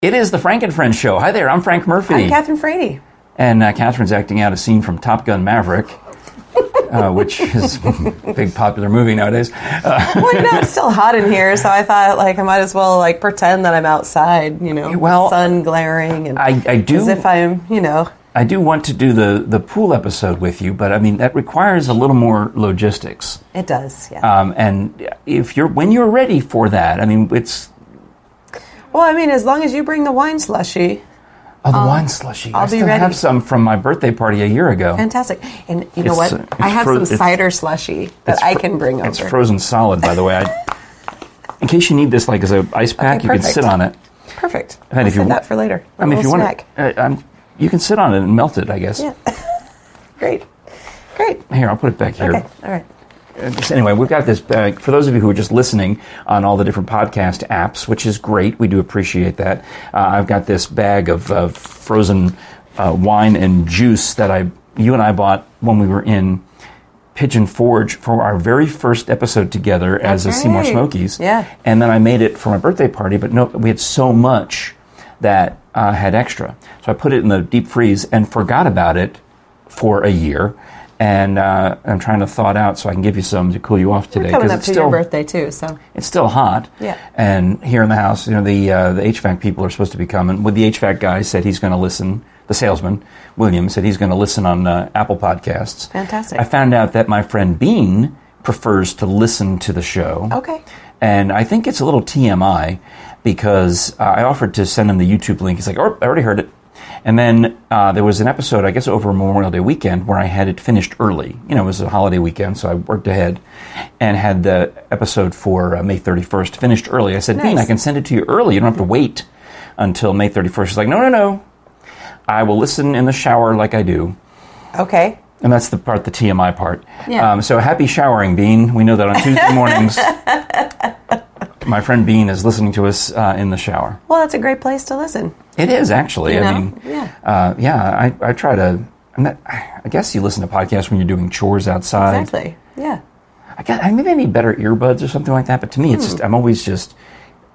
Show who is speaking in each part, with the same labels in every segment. Speaker 1: It is the Frank and Friends show. Hi there, I'm Frank Murphy.
Speaker 2: I'm Catherine Frady.
Speaker 1: And uh, Catherine's acting out a scene from Top Gun Maverick, uh, which is a big popular movie nowadays.
Speaker 2: Well, you know, Oh it's still hot in here, so I thought like I might as well like pretend that I'm outside. You know,
Speaker 1: Well,
Speaker 2: sun glaring and
Speaker 1: I, I do
Speaker 2: as if I'm you know
Speaker 1: I do want to do the, the pool episode with you, but I mean, that requires a little more logistics.
Speaker 2: it does. Yeah.
Speaker 1: Um, and if you're when you're ready for that, I mean, it's
Speaker 2: well, I mean, as long as you bring the wine slushy,
Speaker 1: oh, the wine slushy. i
Speaker 2: Um, I'll be
Speaker 1: still
Speaker 2: ready.
Speaker 1: have some from my birthday party a year ago.
Speaker 2: fantastic. And you know
Speaker 1: It's,
Speaker 2: what?
Speaker 1: uh, it's
Speaker 2: I have
Speaker 1: fro-
Speaker 2: some
Speaker 1: it's-
Speaker 2: cider slushy that
Speaker 1: It's
Speaker 2: I
Speaker 1: fro-
Speaker 2: can bring over.
Speaker 1: It's frozen solid, by the way. I, in case you need this, like as a ice pack,
Speaker 2: Okay,
Speaker 1: you can
Speaker 2: perfect.
Speaker 1: sit on it.
Speaker 2: Perfect.
Speaker 1: And
Speaker 2: I'll
Speaker 1: if you
Speaker 2: save
Speaker 1: want-
Speaker 2: that for later.
Speaker 1: I mean, if you
Speaker 2: Little
Speaker 1: want
Speaker 2: snack.
Speaker 1: to, uh, I'm, you can sit on it and melt it, I guess.
Speaker 2: Yeah. Great. Great.
Speaker 1: Here, I'll put it back here.
Speaker 2: Okay. All right.
Speaker 1: Uh, just- Anyway, we've got this. Uh, for those of you who are just listening on all the different podcast apps, which is great, we do appreciate that. Uh, I've got this bag of uh, frozen uh, wine and juice that I, you and I bought when we were in Pigeon Forge for our very first episode together as a
Speaker 2: That's
Speaker 1: Seymour
Speaker 2: right.
Speaker 1: Smokies.
Speaker 2: Yeah.
Speaker 1: And then I made it for my birthday party, but no, we had so much that uh, had extra. So I put it in the deep freeze and forgot about it for a year. And uh, I'm trying to thaw it out so I can give you some to cool you off today
Speaker 2: We're coming up
Speaker 1: it's
Speaker 2: to
Speaker 1: still
Speaker 2: your birthday too, so
Speaker 1: it's still hot.
Speaker 2: Yeah.
Speaker 1: And here in the house, you know, the uh, the HVAC people are supposed to be coming. Well, the HVAC guy said he's going to listen. The salesman, William, said he's going to listen on uh, Apple Podcasts.
Speaker 2: Fantastic.
Speaker 1: I found out that my friend Bean prefers to listen to the show.
Speaker 2: okay.
Speaker 1: And I think it's a little TMI because uh, I offered to send him the YouTube link. He's like, oh, I already heard it. And then uh, there was an episode, I guess, over Memorial Day weekend where I had it finished early. You know, it was a holiday weekend, so I worked ahead and had the episode for uh, May 31st finished early. I said, Dean,
Speaker 2: Nice.
Speaker 1: I can send it to you early. You don't have to wait until May 31st. He's like, no, no, no. I will listen in the shower like I do.
Speaker 2: Okay.
Speaker 1: And that's the part, the TMI part.
Speaker 2: Yeah.
Speaker 1: Um, so happy showering, Bean. We know that on Tuesday mornings, my friend Bean is listening to us uh, in the shower.
Speaker 2: Well, that's a great place to listen.
Speaker 1: It is actually.
Speaker 2: You
Speaker 1: I
Speaker 2: know?
Speaker 1: mean,
Speaker 2: Yeah.
Speaker 1: uh, yeah. I, I try to. I'm not, I guess you listen to podcasts when you're doing chores outside.
Speaker 2: Exactly. Yeah.
Speaker 1: I guess, I maybe I need better earbuds or something like that. But to me, it's
Speaker 2: Hmm.
Speaker 1: just I'm always just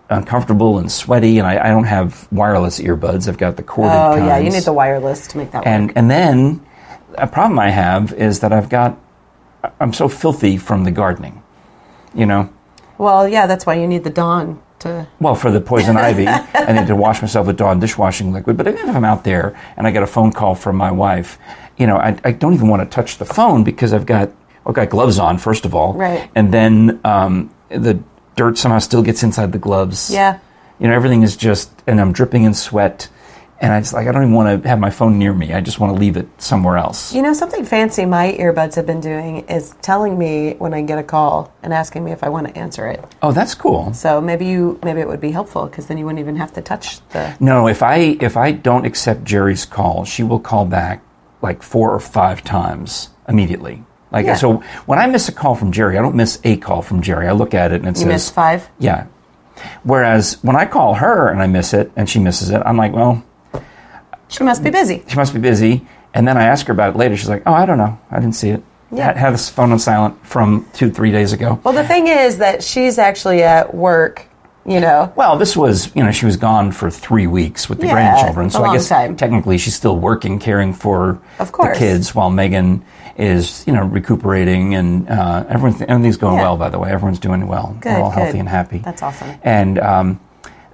Speaker 1: uncomfortable and sweaty, and I, I don't have wireless earbuds. I've got the corded.
Speaker 2: Oh yeah, you
Speaker 1: kinds.
Speaker 2: need the wireless to make that work.
Speaker 1: and and then a problem I have is that I've got I'm so filthy from the gardening, you know.
Speaker 2: Well, yeah, that's why you need the dawn to.
Speaker 1: Well, for the poison ivy, I need to wash myself with Dawn dishwashing liquid. But even if I'm out there and I get a phone call from my wife, you know, I, I don't even want to touch the phone because I've got I've got gloves on first of all,
Speaker 2: Right.
Speaker 1: And then um, the dirt somehow still gets inside the gloves.
Speaker 2: Yeah.
Speaker 1: You know, everything is just, and I'm dripping in sweat, and I just like I don't even want to have my phone near me. I just want to leave it somewhere else.
Speaker 2: You know, something fancy my earbuds have been doing is telling me when I get a call and asking me if I want to answer it.
Speaker 1: Oh, that's cool.
Speaker 2: So maybe you, maybe it would be helpful because then you wouldn't even have to touch the.
Speaker 1: No, if I if I don't accept Jerry's call, she will call back like four or five times immediately. Like
Speaker 2: Yeah.
Speaker 1: so, when I miss a call from Jerry, I don't miss a call from Jerry. I look at it and it says
Speaker 2: You missed five.
Speaker 1: Yeah. Whereas when I call her and I miss it and she misses it, I'm like, well,
Speaker 2: She must be busy.
Speaker 1: she must be busy. And then I ask her about it later. She's like, oh, I don't know, I didn't see it.
Speaker 2: Yeah.
Speaker 1: I had this phone on silent from two three days ago.
Speaker 2: Well, the thing is that she's actually at work. You know.
Speaker 1: Well, this was, you know, she was gone for three weeks with the
Speaker 2: Yeah,
Speaker 1: grandchildren.
Speaker 2: a
Speaker 1: So I
Speaker 2: long
Speaker 1: guess
Speaker 2: time.
Speaker 1: technically she's still working, caring for
Speaker 2: Of course.
Speaker 1: the kids while Megan is, you know, recuperating and uh, everything, everything's going
Speaker 2: Yeah.
Speaker 1: well, by the way. Everyone's doing well.
Speaker 2: Good,
Speaker 1: We're all
Speaker 2: good.
Speaker 1: healthy and happy.
Speaker 2: That's awesome.
Speaker 1: And um,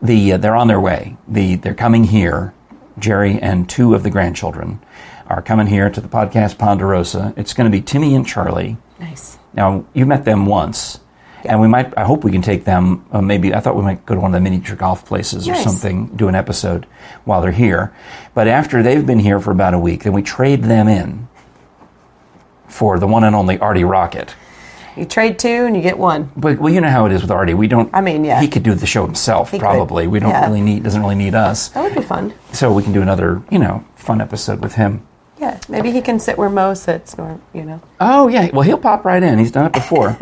Speaker 1: the, uh, they're on their way. The, they're coming here. Jerry and two of the grandchildren are coming here to the podcast Ponderosa. It's going to be Timmy and Charlie.
Speaker 2: Nice.
Speaker 1: Now you met them once, and we might. I hope we can take them. Uh, maybe I thought we might go to one of the miniature golf places or
Speaker 2: Nice.
Speaker 1: something, do an episode while they're here. But after they've been here for about a week, then we trade them in for the one and only Artie Rocket.
Speaker 2: You trade two and you get one.
Speaker 1: But well, you know how it is with Artie. We don't.
Speaker 2: I mean, yeah.
Speaker 1: he could do the show himself.
Speaker 2: He could.
Speaker 1: probably we don't
Speaker 2: Yeah.
Speaker 1: really need. Doesn't really need us.
Speaker 2: That would be fun.
Speaker 1: So we can do another, you know, fun episode with him.
Speaker 2: Yeah. Maybe he can sit where Mo sits, or you know.
Speaker 1: Oh yeah, well he'll pop right in. He's done it before.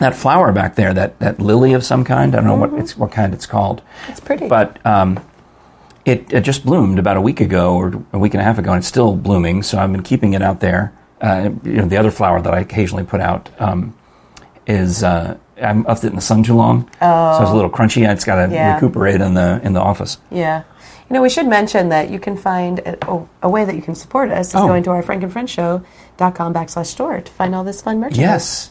Speaker 1: that flower back there, that, that lily of some kind. I don't know what it's what kind it's called,
Speaker 2: Mm-hmm. It's pretty.
Speaker 1: but um, it, it just bloomed about a week ago or a week and a half ago, and it's still blooming. So I've been keeping it out there. Uh, you know, the other flower that I occasionally put out um, is uh, I left it in the sun too long, so it's a little crunchy. It's got to
Speaker 2: Oh. Yeah.
Speaker 1: recuperate in the in the office.
Speaker 2: Yeah. You know, we should mention that you can find a, a- a way that you can support us is
Speaker 1: Oh.
Speaker 2: going to our frankandfriendshow.com backslash store to find all this fun merchandise.
Speaker 1: Yes.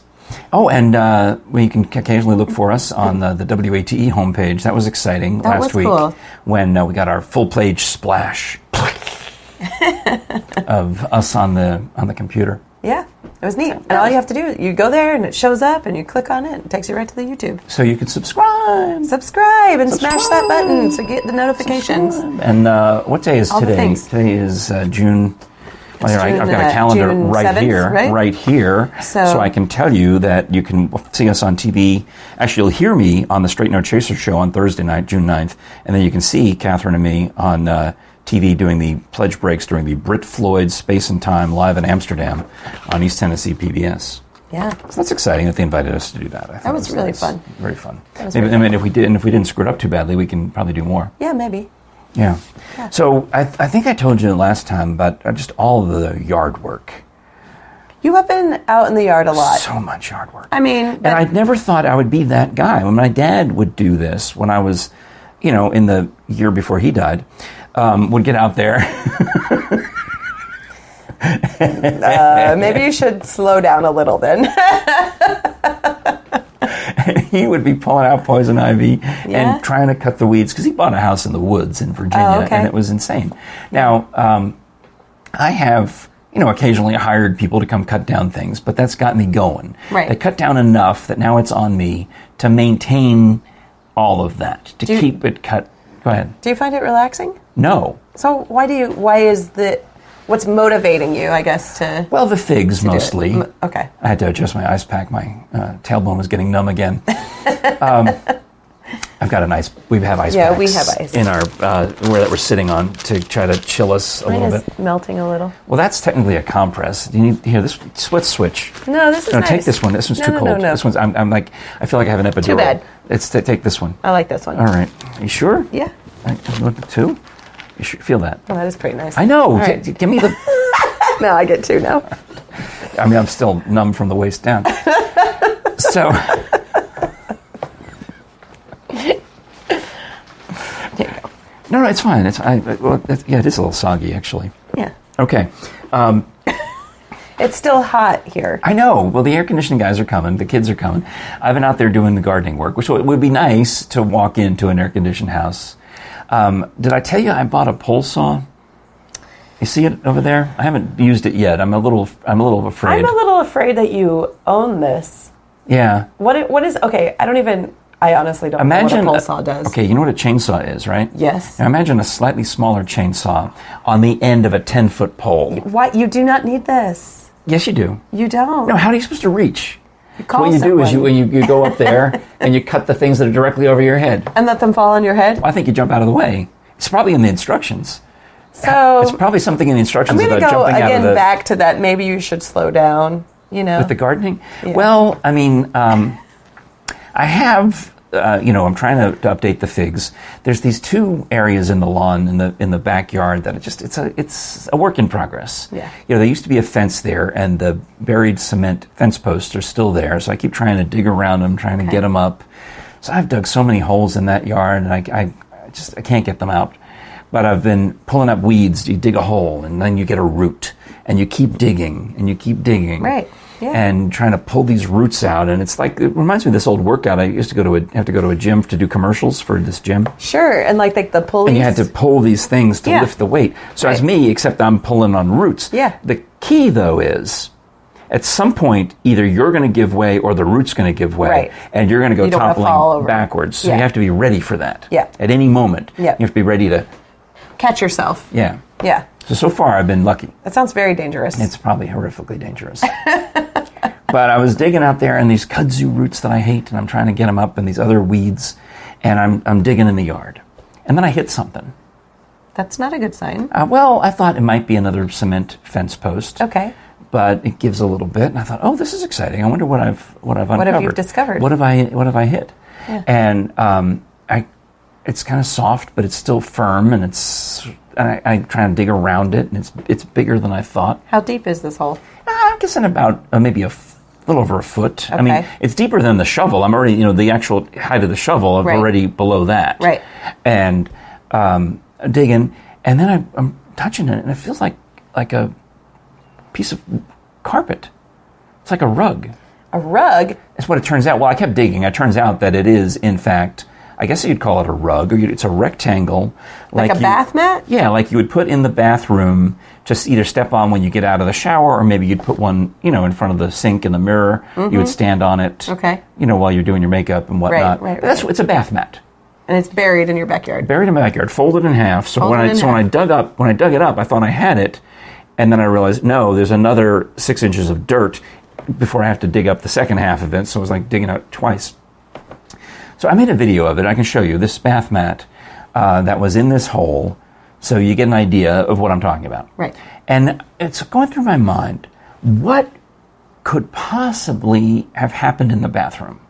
Speaker 1: Oh, and uh, well, you can occasionally look for us on the, the WATE E homepage. That was exciting
Speaker 2: That
Speaker 1: last
Speaker 2: was
Speaker 1: week
Speaker 2: cool.
Speaker 1: when uh, we got our full page splash of us on the on the computer.
Speaker 2: Yeah. It was neat. And all you have to do, is you go there and it shows up and you click on it and it takes you right to the YouTube.
Speaker 1: So you can subscribe.
Speaker 2: Subscribe and smash that
Speaker 1: Subscribe.
Speaker 2: button to get the notifications.
Speaker 1: And uh, what day is
Speaker 2: All the
Speaker 1: today?
Speaker 2: things.
Speaker 1: Today is uh, June. Well, here, I,
Speaker 2: June
Speaker 1: I've got
Speaker 2: the-
Speaker 1: a calendar
Speaker 2: June
Speaker 1: right
Speaker 2: 7th,
Speaker 1: here,
Speaker 2: right?
Speaker 1: here,
Speaker 2: So-
Speaker 1: I can tell you that you can see us on TV. Actually, you'll hear me on the Straight No Chaser show on Thursday night, June 9th, and then you can see Catherine and me on uh, TV doing the pledge breaks during the Brit Floyd Space and Time live in Amsterdam on East Tennessee PBS.
Speaker 2: Yeah.
Speaker 1: So that's exciting that they invited us to do that. I thought
Speaker 2: That was
Speaker 1: it
Speaker 2: really
Speaker 1: nice.
Speaker 2: fun.
Speaker 1: Very fun.
Speaker 2: was
Speaker 1: Maybe,
Speaker 2: really
Speaker 1: I mean, if we didn't, if we didn't screw it up too badly, we can probably do more.
Speaker 2: Yeah, maybe.
Speaker 1: Yeah. So I, I think I told you last time about uh, just all the yard work.
Speaker 2: You have been out in the yard a lot.
Speaker 1: So much yard work.
Speaker 2: I mean,
Speaker 1: and I never thought I would be that guy. When my dad would do this when I was, you know, in the year before he died, um, would get out there.
Speaker 2: uh, maybe you should slow down a little then.
Speaker 1: he would be pulling out poison ivy
Speaker 2: Yeah?
Speaker 1: and trying to cut the weeds because he bought a house in the woods in Virginia,
Speaker 2: Oh, okay.
Speaker 1: and it was insane. Now, um, I have you know occasionally hired people to come cut down things, but that's got me going.
Speaker 2: Right.
Speaker 1: They cut down enough that now it's on me to maintain all of that to
Speaker 2: you-
Speaker 1: keep it cut. Go ahead.
Speaker 2: do you find it relaxing?
Speaker 1: No.
Speaker 2: So why do you? Why is the? What's motivating you? I guess to.
Speaker 1: Well, the figs mostly.
Speaker 2: M- Okay.
Speaker 1: I had to adjust my ice pack. My uh, tailbone was getting numb again. um, I've got an ice. We have ice.
Speaker 2: Yeah,
Speaker 1: packs
Speaker 2: we have ice.
Speaker 1: in our uh, where that we're sitting on to try to chill us a
Speaker 2: Mine
Speaker 1: little
Speaker 2: is
Speaker 1: bit.
Speaker 2: melting a little.
Speaker 1: Well, that's technically a compress. You need here this. Let's switch.
Speaker 2: No, this is
Speaker 1: No,
Speaker 2: nice.
Speaker 1: take this one. This one's
Speaker 2: No,
Speaker 1: too
Speaker 2: no,
Speaker 1: cold.
Speaker 2: no, no.
Speaker 1: This one's. I'm, I'm like. I feel like I have an epidural.
Speaker 2: bad.
Speaker 1: It's t- take this one.
Speaker 2: I like this one.
Speaker 1: All right. You sure?
Speaker 2: Yeah.
Speaker 1: I, I want two. You sure, feel that?
Speaker 2: Well, that is pretty nice.
Speaker 1: I know.
Speaker 2: All right.
Speaker 1: G- give me the.
Speaker 2: now I get two. Now.
Speaker 1: I mean, I'm still numb from the waist down. so. No, no, it's fine. It's I. I- Well, that's, yeah, it is a little soggy actually.
Speaker 2: Yeah.
Speaker 1: Okay,
Speaker 2: It's still hot here.
Speaker 1: I know. Well, the air conditioning guys are coming. The kids are coming. I've been out there doing the gardening work, which would would be nice to walk into an air conditioned house. Um, did I tell you I bought a pole saw? You see it over there? I haven't used it yet. I'm a little. I'm a little afraid.
Speaker 2: I'm a little afraid that you own this.
Speaker 1: yeah.
Speaker 2: What? i- What is? Okay. I don't even. I honestly don't
Speaker 1: Imagine
Speaker 2: know what a pole saw does.
Speaker 1: Okay, you know what a chainsaw is, right?
Speaker 2: Yes.
Speaker 1: Now imagine a slightly smaller chainsaw on the end of a ten foot pole.
Speaker 2: Why? You do not need this.
Speaker 1: Yes, you do.
Speaker 2: You don't.
Speaker 1: No, how are you supposed to reach?
Speaker 2: call
Speaker 1: what you do is you,
Speaker 2: someone.
Speaker 1: you you go up there and you cut the things that are directly over your head.
Speaker 2: And let them fall on your head.
Speaker 1: I think you jump out of the way. It's probably in the instructions.
Speaker 2: So
Speaker 1: It's probably something in the
Speaker 2: Oh. I'm
Speaker 1: instructions
Speaker 2: going to
Speaker 1: about
Speaker 2: go
Speaker 1: jumping out of
Speaker 2: again
Speaker 1: the
Speaker 2: back to that. Maybe you should slow down. You know,
Speaker 1: with the gardening.
Speaker 2: Yeah.
Speaker 1: Well, I mean, um, I have. Uh, you know, I'm trying to, to update the figs. There's these two areas in the lawn in the in the backyard that it just it's a it's a work in progress.
Speaker 2: Yeah.
Speaker 1: You know, there used to be a fence there, and the buried cement fence posts are still there. So I keep trying to dig around them, trying to get them up. So I've dug so many holes in that yard, and I, I, I just I can't get them out. But I've been pulling up weeds. You dig a hole, and then you get a root, and you keep digging, and you keep digging,
Speaker 2: Right. Yeah.
Speaker 1: and trying to pull these roots out. And it's like it reminds me of this old workout. I used to go to a, have to go to a gym to do commercials for this gym,
Speaker 2: sure, and like like the police.
Speaker 1: and you had to pull these things to
Speaker 2: Yeah.
Speaker 1: lift the weight. So it's
Speaker 2: Right.
Speaker 1: me, except I'm pulling on roots.
Speaker 2: Yeah.
Speaker 1: The key though is. At some point, either you're going to give way or the root's going to give way,
Speaker 2: Right.
Speaker 1: and you're going to go
Speaker 2: You don't wanna fall
Speaker 1: toppling
Speaker 2: over.
Speaker 1: backwards. So you
Speaker 2: Yeah.
Speaker 1: have to be ready for that.
Speaker 2: Yeah.
Speaker 1: At any moment,
Speaker 2: Yeah.
Speaker 1: you have to be ready to.
Speaker 2: catch yourself.
Speaker 1: Yeah.
Speaker 2: Yeah,
Speaker 1: So so far, I've been lucky.
Speaker 2: that sounds very dangerous.
Speaker 1: It's probably horrifically dangerous. but I was digging out there, and these kudzu roots that I hate, and I'm trying to get them up, and these other weeds, and I'm, I'm digging in the yard. And then I hit something.
Speaker 2: That's not a good sign.
Speaker 1: Uh, well, I thought it might be another cement fence post.
Speaker 2: Okay,
Speaker 1: But it gives a little bit, and I thought, oh, this is exciting. I wonder what I've what I've
Speaker 2: have
Speaker 1: uncovered.
Speaker 2: you discovered?
Speaker 1: What have I What have I hit? And um, I, it's kind of soft, but it's still firm, and it's. And I, I try and dig around it, and it's it's bigger than I thought.
Speaker 2: how deep is this hole?
Speaker 1: I'm guessing about uh, maybe a f- a little over a foot. I
Speaker 2: Okay.
Speaker 1: mean, it's deeper than the shovel. I'm already, you know, the actual height of the shovel. I'm
Speaker 2: Right.
Speaker 1: already below that.
Speaker 2: Right.
Speaker 1: And um, digging, and then I, I'm touching it, and it feels like like a piece of carpet. It's like a rug.
Speaker 2: A rug?
Speaker 1: That's what it turns out. Well, I kept digging. It turns out that it is, in fact, I guess you'd call it a rug, or you it's a rectangle,
Speaker 2: Like, a
Speaker 1: you-
Speaker 2: bath mat?
Speaker 1: Yeah, like you would put in the bathroom, just either step on when you get out of the shower, or maybe you'd put one, you know, in front of the sink in the mirror. You would stand on it,
Speaker 2: Mm-hmm. Okay.
Speaker 1: you know, while you're doing your makeup and whatnot.
Speaker 2: right, right.
Speaker 1: That's it's a bath mat
Speaker 2: And it's buried in your backyard.
Speaker 1: buried in my backyard, folded in half. So when
Speaker 2: Folded
Speaker 1: I
Speaker 2: in
Speaker 1: so when I
Speaker 2: half.
Speaker 1: dug up when I dug it up, I thought I had it, and then I realized no, there's another six inches of dirt before I have to dig up the second half of it. So it was like digging out twice. So I made a video of it. I can show you this bath mat uh, that was in this hole, so you get an idea of what I'm talking about.
Speaker 2: Right.
Speaker 1: And it's going through my mind, what could possibly have happened in the bathroom?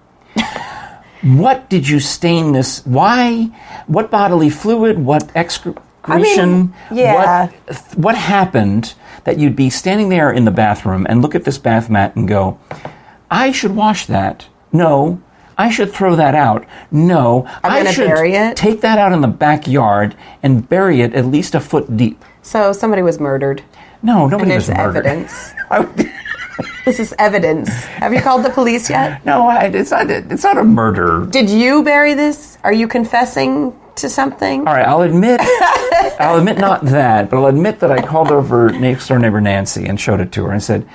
Speaker 1: what did you stain this? Why? What bodily fluid? What excretion?
Speaker 2: yeah.
Speaker 1: What, what happened that you'd be standing there in the bathroom and look at this bath mat and go, I should wash that. No. I should throw that out. No. i
Speaker 2: gonna
Speaker 1: should
Speaker 2: bury it."
Speaker 1: take that out in the backyard and bury it at least a foot deep.
Speaker 2: So somebody was murdered.
Speaker 1: No, nobody
Speaker 2: There's
Speaker 1: was murdered.
Speaker 2: evidence.
Speaker 1: I would-
Speaker 2: this is evidence. Have you called the police yet?
Speaker 1: no, I, it's not. It's not a murder.
Speaker 2: Did you bury this? Are you confessing to something?
Speaker 1: All right, I'll admit. I'll admit not that, but I'll admit that I called over next door neighbor Nancy and showed it to her and said,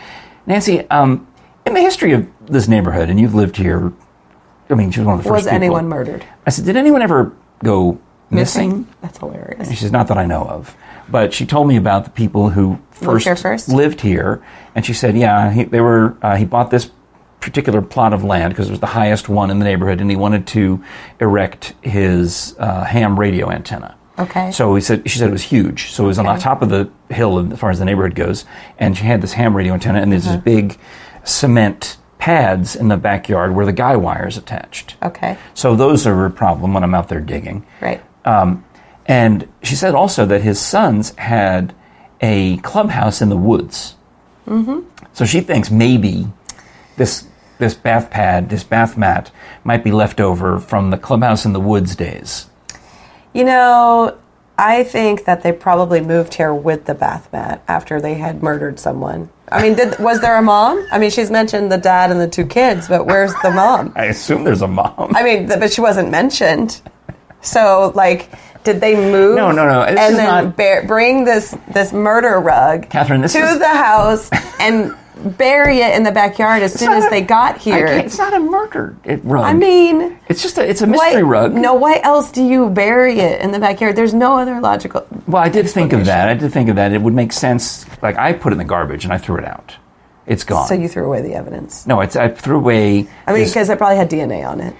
Speaker 1: "Nancy, um, in the history of this neighborhood, and you've lived here. I mean, she was one of the first
Speaker 2: Was
Speaker 1: people.
Speaker 2: anyone murdered?
Speaker 1: I said, did anyone ever go missing?
Speaker 2: That's hilarious.
Speaker 1: She says, not that I know of. But she told me about the people who first
Speaker 2: here first?
Speaker 1: lived here. And she said, yeah, he, they were, uh, he bought this particular plot of land because it was the highest one in the neighborhood and he wanted to erect his uh, ham radio antenna.
Speaker 2: Okay.
Speaker 1: So he said, she said it was huge. So it was on the top of the hill as far as the neighborhood goes. And she had this ham radio antenna and
Speaker 2: Uh-huh.
Speaker 1: there's these big cement pads in the backyard where the guy wire is attached.
Speaker 2: Okay.
Speaker 1: So those are a problem when I'm out there digging.
Speaker 2: Right.
Speaker 1: Um, and she said also that his sons had a clubhouse in the woods. Mm-hmm. So she thinks maybe this this bath pad, this bath mat, might be left over from the clubhouse in the woods days.
Speaker 2: You know, I think that they probably moved here with the bath mat after they had murdered someone. I mean, did, was there a mom? I mean, she's mentioned the dad and the two kids, but where's the mom?
Speaker 1: I assume there's a mom.
Speaker 2: I mean, th- but she wasn't mentioned. So, like, did they move?
Speaker 1: No, no, no, this
Speaker 2: and
Speaker 1: is
Speaker 2: then
Speaker 1: not-
Speaker 2: bear- bring this this murder rug,
Speaker 1: Catherine, this
Speaker 2: to
Speaker 1: is-
Speaker 2: the house and bury it in the backyard as soon
Speaker 1: not
Speaker 2: as
Speaker 1: a-
Speaker 2: they got
Speaker 1: I
Speaker 2: here.
Speaker 1: can't- it's not a murder it, rug.
Speaker 2: I mean,
Speaker 1: it's just a it's a mystery
Speaker 2: what-
Speaker 1: rug.
Speaker 2: No, why else do you bury it in the backyard? There's no other logical.
Speaker 1: Well, I did think of that. I did think of that. It would make sense. Like I put it in the garbage and I threw it out. It's gone.
Speaker 2: So you threw away the evidence.
Speaker 1: no, it's, I threw away.
Speaker 2: I mean,
Speaker 1: this-
Speaker 2: because it probably had DNA on it.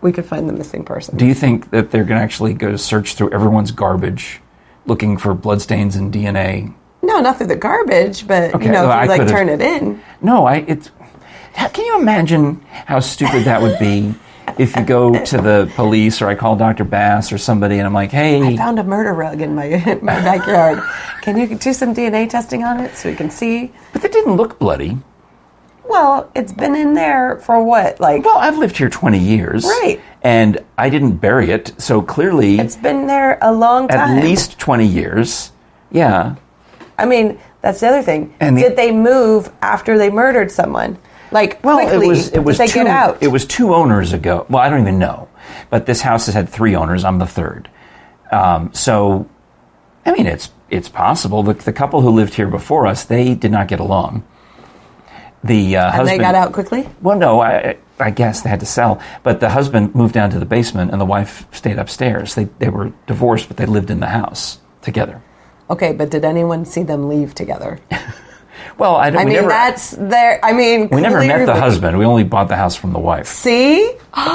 Speaker 2: We could find the missing person.
Speaker 1: Do you think that they're going to actually go search through everyone's garbage looking for bloodstains and DNA?
Speaker 2: no, not through the garbage, but
Speaker 1: Okay,
Speaker 2: you know,
Speaker 1: well, I
Speaker 2: if you like
Speaker 1: could've-
Speaker 2: turn it in.
Speaker 1: No, I it's how- Can you imagine how stupid that would be if you go to the police or I call Dr. Bass or somebody and I'm like, "Hey,
Speaker 2: Found a murder rug in my in my backyard. can you do some DNA testing on it so we can see?
Speaker 1: but that didn't look bloody."
Speaker 2: Well, it's been in there for what? Like
Speaker 1: Well, I've lived here 20 years.
Speaker 2: Right.
Speaker 1: And I didn't bury it, so clearly
Speaker 2: it's been there a long
Speaker 1: at
Speaker 2: time.
Speaker 1: least 20 years. Yeah.
Speaker 2: I mean, that's the other thing.
Speaker 1: And the-
Speaker 2: Did they move after they murdered someone? Like quickly,
Speaker 1: it was it was
Speaker 2: did they
Speaker 1: two,
Speaker 2: get out?
Speaker 1: It was two owners ago. Well, I don't even know, but this house has had three owners. I'm the third, um, so I mean it's it's possible. The, the couple who lived here before us they did not get along. The uh,
Speaker 2: and
Speaker 1: husband
Speaker 2: they got out quickly.
Speaker 1: Well, no, I I guess they had to sell, but the husband moved down to the basement and the wife stayed upstairs. They they were divorced, but they lived in the house together.
Speaker 2: Okay, but did anyone see them leave together?
Speaker 1: Well, I don't.
Speaker 2: I
Speaker 1: we
Speaker 2: mean,
Speaker 1: never,
Speaker 2: that's their. I mean,
Speaker 1: we never met the husband. We only bought the house from the wife.
Speaker 2: See,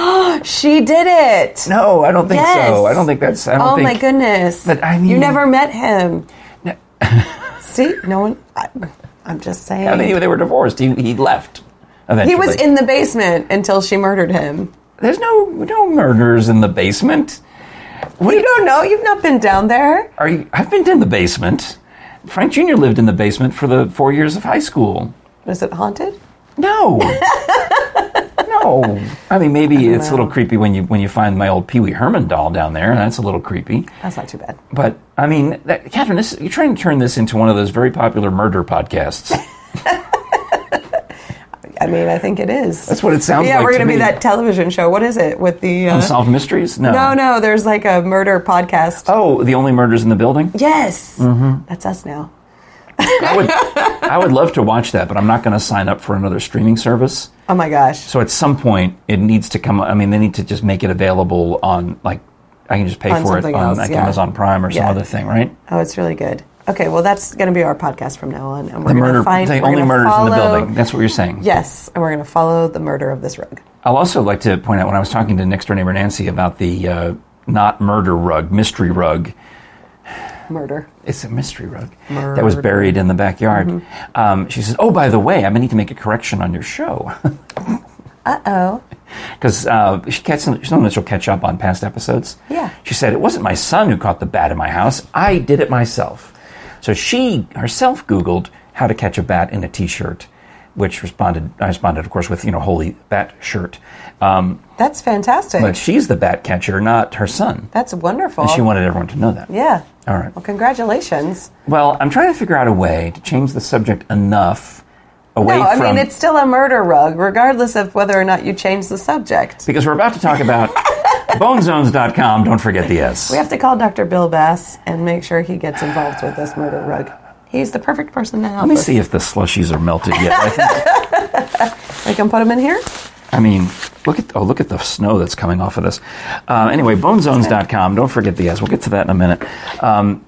Speaker 2: she did it.
Speaker 1: No, I don't think
Speaker 2: Yes.
Speaker 1: so. I don't think that's. I don't
Speaker 2: oh
Speaker 1: think,
Speaker 2: my goodness!
Speaker 1: But I
Speaker 2: you
Speaker 1: mean-
Speaker 2: never met him. See, no one. I, I'm just saying.
Speaker 1: I mean, they were divorced. He, he left. Eventually.
Speaker 2: he was in the basement until she murdered him.
Speaker 1: There's no no murders in the basement. What do
Speaker 2: You
Speaker 1: you?
Speaker 2: don't know. You've not been down there.
Speaker 1: Are you? I've been in the basement. Frank Jr. lived in the basement for the four years of high school.
Speaker 2: Is it haunted?
Speaker 1: No. no. I mean, maybe it's a little creepy when you when you find my old Pee Wee Herman doll down there. and That's a little creepy.
Speaker 2: That's not too bad.
Speaker 1: But I mean, that, Catherine, this, you're trying to turn this into one of those very popular murder podcasts.
Speaker 2: I mean, I think it is.
Speaker 1: That's what it sounds
Speaker 2: yeah,
Speaker 1: like.
Speaker 2: we're
Speaker 1: to
Speaker 2: gonna
Speaker 1: me.
Speaker 2: be that television show. What is it with the? Uh,
Speaker 1: Unsolved mysteries? No.
Speaker 2: no, no. There's like a murder podcast.
Speaker 1: Oh, Mm-hmm. the only murders in the building.
Speaker 2: Yes, that's us now.
Speaker 1: I would, I would love to watch that, but I'm not going to sign up for another streaming service.
Speaker 2: Oh my gosh.
Speaker 1: So at some point, it needs to come. I mean, they need to just make it available on like I can just pay
Speaker 2: On
Speaker 1: for it
Speaker 2: something
Speaker 1: on
Speaker 2: else,
Speaker 1: like
Speaker 2: yeah.
Speaker 1: Amazon Prime or some
Speaker 2: Yeah.
Speaker 1: other thing, right?
Speaker 2: Oh, it's really good. Okay, well, that's going to be our podcast from now on, and
Speaker 1: The
Speaker 2: we're going
Speaker 1: murder,
Speaker 2: to find
Speaker 1: the
Speaker 2: we're
Speaker 1: only
Speaker 2: gonna
Speaker 1: murders in the
Speaker 2: follow-
Speaker 1: building. That's what you're saying.
Speaker 2: Yes, and we're going to follow the murder of this rug.
Speaker 1: I'll also like to point out when I was talking to next door neighbor Nancy about the uh, not murder rug, mystery rug.
Speaker 2: Murder.
Speaker 1: It's a mystery rug that was buried in the backyard.
Speaker 2: Mm-hmm.
Speaker 1: Um, she says, "Oh, by the way, I'm gonna need to make a correction on your show."
Speaker 2: Uh oh.
Speaker 1: because uh, she catch, sometimes she'll catch up on past episodes.
Speaker 2: Yeah.
Speaker 1: She said it wasn't my son who caught the bat in my house. I did it myself. So she herself Googled how to catch a bat in a T-shirt, which responded. I responded, of course, with you know, holy bat shirt. Um,
Speaker 2: That's fantastic.
Speaker 1: but she's the bat catcher, not her son.
Speaker 2: that's wonderful.
Speaker 1: And she wanted everyone to know that.
Speaker 2: yeah.
Speaker 1: All right.
Speaker 2: Well, congratulations.
Speaker 1: Well, I'm trying to figure out a way to change the subject enough away
Speaker 2: No, I
Speaker 1: from
Speaker 2: mean, it's still a murder rug, regardless of whether or not you change the subject.
Speaker 1: because we're about to talk about bonezones.com. Don't forget the S.
Speaker 2: We have to call Dr. Bill Bass and make sure he gets involved with this murder rug. He's the perfect person to help
Speaker 1: Let me
Speaker 2: us.
Speaker 1: see if the slushies are melted yet. I, think,
Speaker 2: We can put him in here.
Speaker 1: I mean, look at oh, look at the snow that's coming off of this. Uh, anyway, bonezones.com. Don't forget the S. We'll get to that in a minute. Um,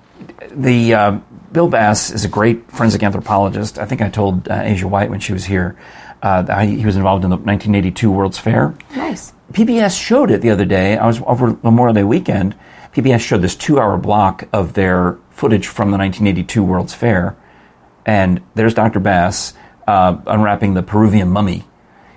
Speaker 1: the uh, Bill Bass is a great forensic anthropologist. I think I told uh, Asia White when she was here. Uh, that he he was involved in the 1982 World's Fair.
Speaker 2: Nice.
Speaker 1: PBS showed it the other day. I was over Memorial Day weekend. PBS showed this two-hour block of their footage from the 1982 World's Fair, and there's Dr. Bass uh, unwrapping the Peruvian mummy,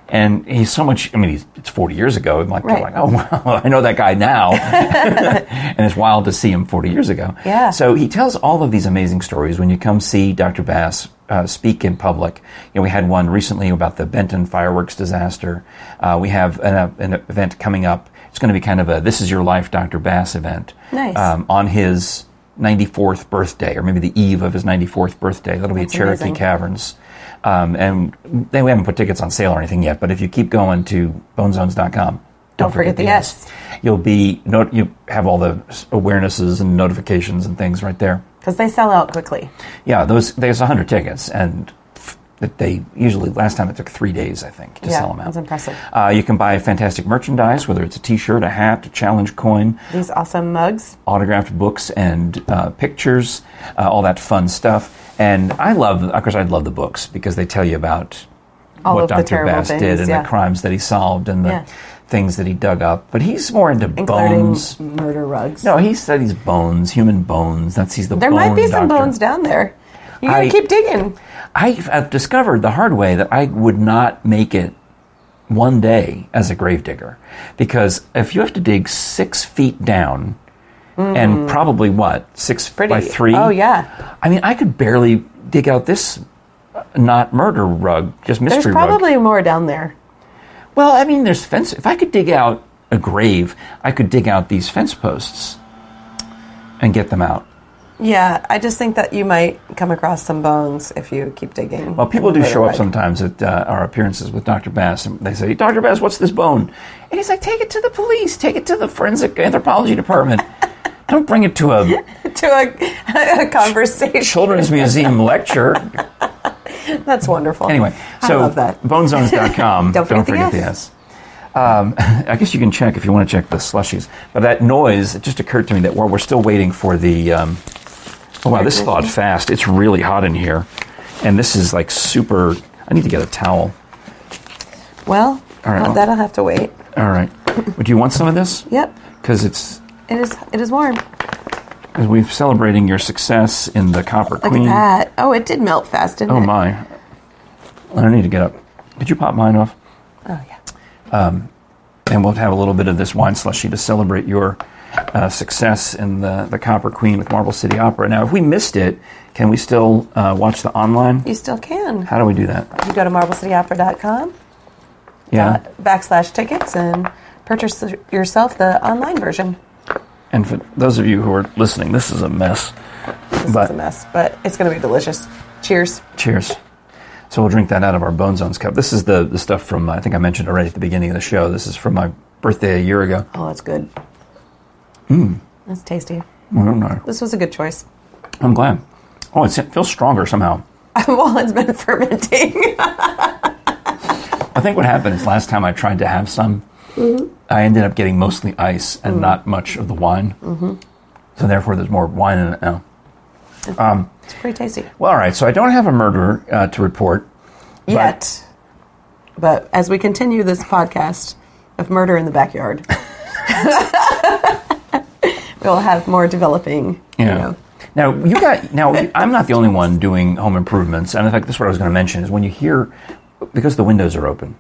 Speaker 1: and he's so much. I mean, he's, it's 40 years ago. I'm like, I'm
Speaker 2: Right.
Speaker 1: like, oh wow, I know that guy now, and it's wild to see him 40 years ago.
Speaker 2: Yeah.
Speaker 1: So he tells all of these amazing stories when you come see Dr. Bass uh, speak in public. You know, we had one recently about the Benton fireworks disaster. Uh, we have an, uh, an event coming up. It's going to be kind of a "This is Your Life, Dr. Bass" event.
Speaker 2: Nice.
Speaker 1: Um, on his 94th birthday, or maybe the eve of his 94th birthday. That'll be at
Speaker 2: That's
Speaker 1: Cherokee
Speaker 2: amazing.
Speaker 1: Caverns. Um, and they, we haven't put tickets on sale or anything yet, but if you keep going to bonezones.com,
Speaker 2: Don't forget the S.
Speaker 1: You'll be not, you have all the s- awarenesses and notifications and things right there.
Speaker 2: Because they sell out quickly.
Speaker 1: Yeah, those there's 100 tickets, and f- that they usually last time it took three days, I think, to
Speaker 2: yeah,
Speaker 1: sell them out.
Speaker 2: that's impressive.
Speaker 1: Uh, you can buy fantastic merchandise, whether it's a T-shirt, a hat, a challenge coin,
Speaker 2: These awesome mugs.
Speaker 1: autographed books and uh, pictures, uh, all that fun stuff. And I love, of course, I love the books because they tell you about
Speaker 2: All
Speaker 1: what
Speaker 2: of the
Speaker 1: Dr.
Speaker 2: terrible
Speaker 1: Bass
Speaker 2: things,
Speaker 1: did and
Speaker 2: yeah.
Speaker 1: the crimes that he solved and the
Speaker 2: Yeah.
Speaker 1: things that he dug up. But he's more into
Speaker 2: including
Speaker 1: bones.
Speaker 2: murder rugs.
Speaker 1: No, he studies bones, human bones. That's he's the
Speaker 2: there
Speaker 1: bone
Speaker 2: might be some
Speaker 1: doctor.
Speaker 2: bones down there. You gotta
Speaker 1: I-
Speaker 2: keep digging.
Speaker 1: I've, I've discovered the hard way that I would not make it one day as a gravedigger because if you have to dig six feet down and probably what six
Speaker 2: Mm. Pretty.
Speaker 1: by three
Speaker 2: Oh yeah.
Speaker 1: I mean, I could barely dig out this uh, not murder rug, just
Speaker 2: There's
Speaker 1: mystery rug.
Speaker 2: probably more down there.
Speaker 1: Well, I mean, there's fence. If I could dig out a grave, I could dig out these fence posts and get them out.
Speaker 2: Yeah, I just think that you might come across some bones if you keep digging.
Speaker 1: Well, people
Speaker 2: in the
Speaker 1: do
Speaker 2: murder
Speaker 1: show up
Speaker 2: rug.
Speaker 1: sometimes at uh, our appearances with Dr. Bass, and they say, Dr. Bass, what's this bone? And he's like, take it to the police, take it to the forensic anthropology department. Don't bring it to a
Speaker 2: to a, a conversation.
Speaker 1: children's museum lecture.
Speaker 2: That's wonderful.
Speaker 1: Anyway,
Speaker 2: I
Speaker 1: so
Speaker 2: love that.
Speaker 1: bonezones.com.
Speaker 2: Don't forget the
Speaker 1: S. Um, I guess you can check if you want to check the slushies. But that noise, it just occurred to me that while we're still waiting for the. Um, oh, wow, this thawed fast. It's really hot in here. And this is like super. I need to get a towel.
Speaker 2: Well,
Speaker 1: All right,
Speaker 2: well,
Speaker 1: well-
Speaker 2: that'll have to wait.
Speaker 1: All right. Would you want some of this?
Speaker 2: Yep.
Speaker 1: Because it's.
Speaker 2: It is. It is warm.
Speaker 1: Cause we're celebrating your success in the Copper
Speaker 2: Look
Speaker 1: Queen.
Speaker 2: at that. Oh, it did melt fast, didn't
Speaker 1: Oh,
Speaker 2: it?
Speaker 1: my. I don't need to get up. Did you pop mine off?
Speaker 2: Oh yeah.
Speaker 1: and we'll have a little bit of this wine slushy to celebrate your uh, success in the, the Copper Queen with Marble City Opera. Now, if we missed it, can we still uh, watch the online?
Speaker 2: You still can.
Speaker 1: How do we do that?
Speaker 2: You go to marblecity.opera.com
Speaker 1: Yeah.
Speaker 2: uh, backslash tickets and purchase yourself the online version.
Speaker 1: And for those of you who are listening, this is a mess.
Speaker 2: This
Speaker 1: But-
Speaker 2: is a mess, but it's going to be delicious. Cheers.
Speaker 1: Cheers. So we'll drink that out of our Bone Zones cup. This is the, the stuff from, I think I mentioned already at the beginning of the show. This is from my birthday a year ago.
Speaker 2: Oh, that's good. Mm. Hmm. That's tasty.
Speaker 1: I don't know.
Speaker 2: This was a good choice.
Speaker 1: I'm glad. Oh, it's, it feels stronger somehow.
Speaker 2: well, it's been fermenting.
Speaker 1: I think what happened is last time I tried to have some, I ended up getting mostly ice and not much of the wine. Mm-hmm. So therefore, there's more wine in it now.
Speaker 2: it's pretty tasty.
Speaker 1: Well, all right. So I don't have a murderer uh, to report.
Speaker 2: Yet. But as we continue this podcast of murder in the backyard, we'll have more developing.
Speaker 1: Yeah.
Speaker 2: You know.
Speaker 1: Now you got. Now I'm not the only one doing home improvements, and in fact, this is what I was going to mention is when you hear, because the windows are open,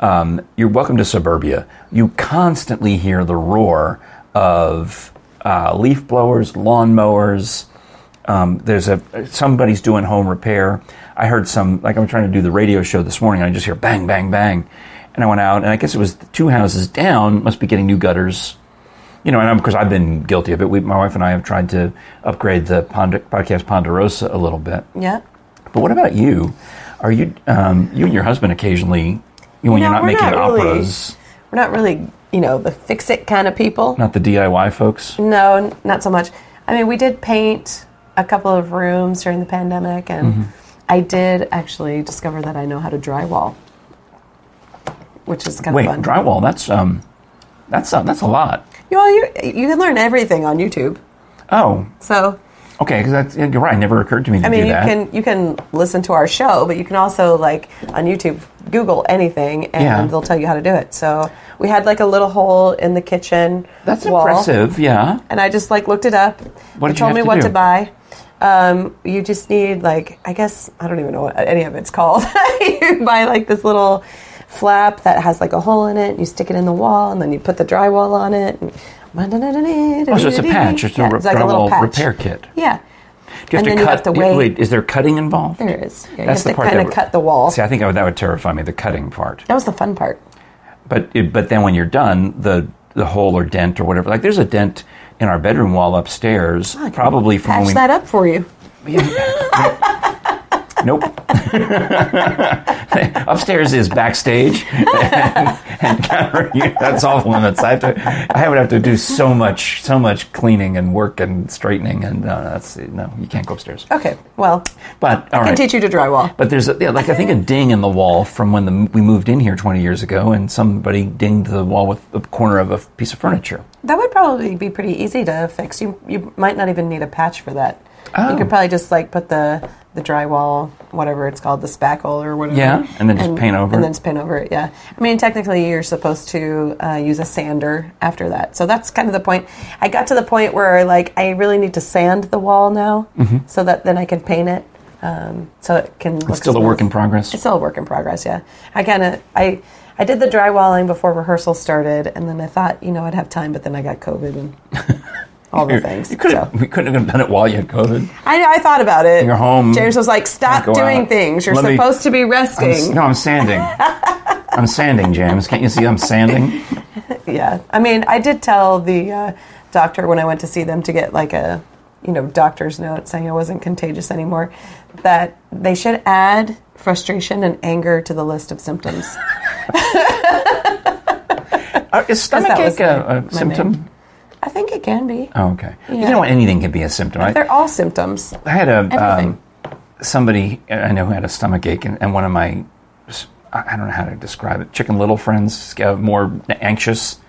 Speaker 1: um, you're welcome to suburbia. You constantly hear the roar of uh, leaf blowers, lawn mowers. Um, there's a somebody's doing home repair. I heard some like I'm trying to do the radio show this morning. and I just hear bang, bang, bang, and I went out, and I guess it was two houses down. Must be getting new gutters you know, and of course I've been guilty of it. We, my wife and I have tried to upgrade the Pond- podcast Ponderosa a little bit.
Speaker 2: Yeah.
Speaker 1: But what about you? Are you um, you and your husband occasionally you when
Speaker 2: No,
Speaker 1: you're not
Speaker 2: we're
Speaker 1: making
Speaker 2: not really-
Speaker 1: operas,
Speaker 2: We're not really, you know, the fix it kind of people.
Speaker 1: not the DIY folks?
Speaker 2: No, n- not so much. I mean, we did paint a couple of rooms during the pandemic, and
Speaker 1: Mm-hmm.
Speaker 2: I did actually discover that I know how to drywall, which is kind
Speaker 1: Wait,
Speaker 2: of fun.
Speaker 1: drywall. That's um, that's uh, that's a lot.
Speaker 2: you, well, you, you can learn everything on YouTube.
Speaker 1: Oh,
Speaker 2: So,
Speaker 1: okay. Because you're right. It never occurred to me to
Speaker 2: I mean,
Speaker 1: do
Speaker 2: you
Speaker 1: that.
Speaker 2: can you can listen to our show, but you can also like on YouTube Google anything, and
Speaker 1: Yeah.
Speaker 2: they'll tell you how to do it. So, we had like a little hole in the kitchen.
Speaker 1: that's
Speaker 2: wall.
Speaker 1: impressive. Yeah.
Speaker 2: and I just like looked it up.
Speaker 1: What
Speaker 2: it
Speaker 1: did you
Speaker 2: told
Speaker 1: have
Speaker 2: me
Speaker 1: to
Speaker 2: what
Speaker 1: do?
Speaker 2: to buy. Um, you just need like I guess I don't even know what any of it's called. you buy like this little flap that has like a hole in it, and you stick it in the wall, and then you put the drywall on it. And
Speaker 1: Oh, so it's a patch. It's a
Speaker 2: Yeah,
Speaker 1: re-
Speaker 2: it's like a little
Speaker 1: drywall
Speaker 2: patch.
Speaker 1: repair kit.
Speaker 2: Yeah,
Speaker 1: Do you
Speaker 2: and
Speaker 1: have
Speaker 2: then
Speaker 1: to
Speaker 2: you
Speaker 1: cut?
Speaker 2: have to wait.
Speaker 1: Wait, is there cutting involved?
Speaker 2: there it is. Yeah, you
Speaker 1: That's
Speaker 2: have
Speaker 1: the
Speaker 2: to
Speaker 1: part that
Speaker 2: kind of
Speaker 1: would-
Speaker 2: cut the wall.
Speaker 1: See, I think I would- that would terrify me. The cutting part.
Speaker 2: that was the fun part.
Speaker 1: But it, but then when you're done, the the hole or dent or whatever, like there's a dent in our bedroom wall upstairs,
Speaker 2: Ah, I can
Speaker 1: probably from when
Speaker 2: Patch
Speaker 1: we.
Speaker 2: that up for you.
Speaker 1: Nope. upstairs is backstage, and, and counter- that's off limits. I have to, I would have to do so much, so much cleaning and work and straightening, and uh, that's no, you can't go upstairs.
Speaker 2: Okay, well,
Speaker 1: But all
Speaker 2: I
Speaker 1: right.
Speaker 2: can teach you to drywall.
Speaker 1: But there's a, yeah, like I think a ding in the wall from when the, we moved in here 20 years ago, and somebody dinged the wall with the corner of a piece of furniture.
Speaker 2: That would probably be pretty easy to fix. You you might not even need a patch for that.
Speaker 1: Oh.
Speaker 2: You could probably just like put the the drywall, whatever it's called, the spackle or whatever.
Speaker 1: Yeah, and then just paint over
Speaker 2: And
Speaker 1: it.
Speaker 2: then just paint over it. Yeah. I mean, technically, you're supposed to uh, use a sander after that. So that's kind of the point. I got to the point where like I really need to sand the wall now, so that then I can paint it, um, so it can. look
Speaker 1: Mm-hmm. It's still a work in
Speaker 2: smooth.
Speaker 1: progress.
Speaker 2: It's still a work in progress, yeah. I kind of I I did the drywalling before rehearsal started, and then I thought you know I'd have time, but then I got COVID and all the things.
Speaker 1: You could
Speaker 2: so.
Speaker 1: have, we couldn't have done it while you had COVID.
Speaker 2: I, I thought about it.
Speaker 1: You're home.
Speaker 2: James was like, "Stop
Speaker 1: Can't go
Speaker 2: doing
Speaker 1: out.
Speaker 2: things. You're
Speaker 1: Let me-
Speaker 2: supposed to be
Speaker 1: I'm s-
Speaker 2: resting."
Speaker 1: no, I'm sanding. I'm sanding, James. Can't you see I'm sanding?
Speaker 2: Yeah, I mean, I did tell the uh, doctor when I went to see them to get like a you know doctor's note saying I wasn't contagious anymore that they should add frustration and anger to the list of symptoms.
Speaker 1: Uh, is
Speaker 2: that was
Speaker 1: stomachache
Speaker 2: my-
Speaker 1: a,
Speaker 2: my
Speaker 1: a symptom?
Speaker 2: I think it can be.
Speaker 1: Oh, okay. You
Speaker 2: Yeah.
Speaker 1: know what? Anything can be a symptom. I,
Speaker 2: They're all symptoms.
Speaker 1: I had a
Speaker 2: Everything.
Speaker 1: um, somebody I know who had a stomach ache, and, and one of my I I don't know how to describe it. Chicken Little friends, uh, more anxious,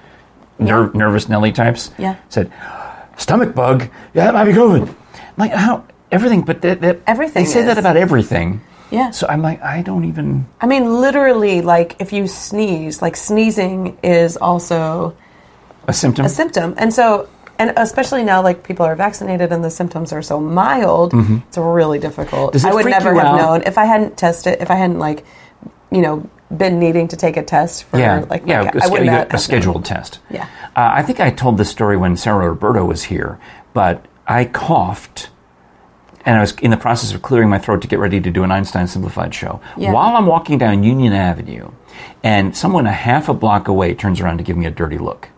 Speaker 1: ner- nervous Nelly types.
Speaker 2: Yeah.
Speaker 1: said stomach bug. Yeah, that might be COVID. I'm like how everything, but that, that
Speaker 2: Everything
Speaker 1: They say that
Speaker 2: is.
Speaker 1: about everything.
Speaker 2: Yeah.
Speaker 1: So I'm like, I don't even.
Speaker 2: I mean, literally, like if you sneeze, like sneezing is also
Speaker 1: A symptom?
Speaker 2: a symptom. And so, and especially now, like people are vaccinated and the symptoms are so mild, it's really difficult.
Speaker 1: Mm-hmm. Does it
Speaker 2: I would
Speaker 1: freak
Speaker 2: never
Speaker 1: you
Speaker 2: have
Speaker 1: out?
Speaker 2: known if I hadn't tested, if I hadn't, like, you know, been needing to take a test for
Speaker 1: yeah,
Speaker 2: like
Speaker 1: yeah,
Speaker 2: my cat.
Speaker 1: a,
Speaker 2: I would
Speaker 1: you
Speaker 2: not
Speaker 1: got a
Speaker 2: have-
Speaker 1: scheduled test.
Speaker 2: Yeah.
Speaker 1: uh, I think I told this story when Sarah Roberto was here, but I coughed, and I was in the process of clearing my throat to get ready to do an Einstein Simplified show.
Speaker 2: Yeah.
Speaker 1: While I'm walking down Union Avenue, and someone a half a block away turns around to give me a dirty look.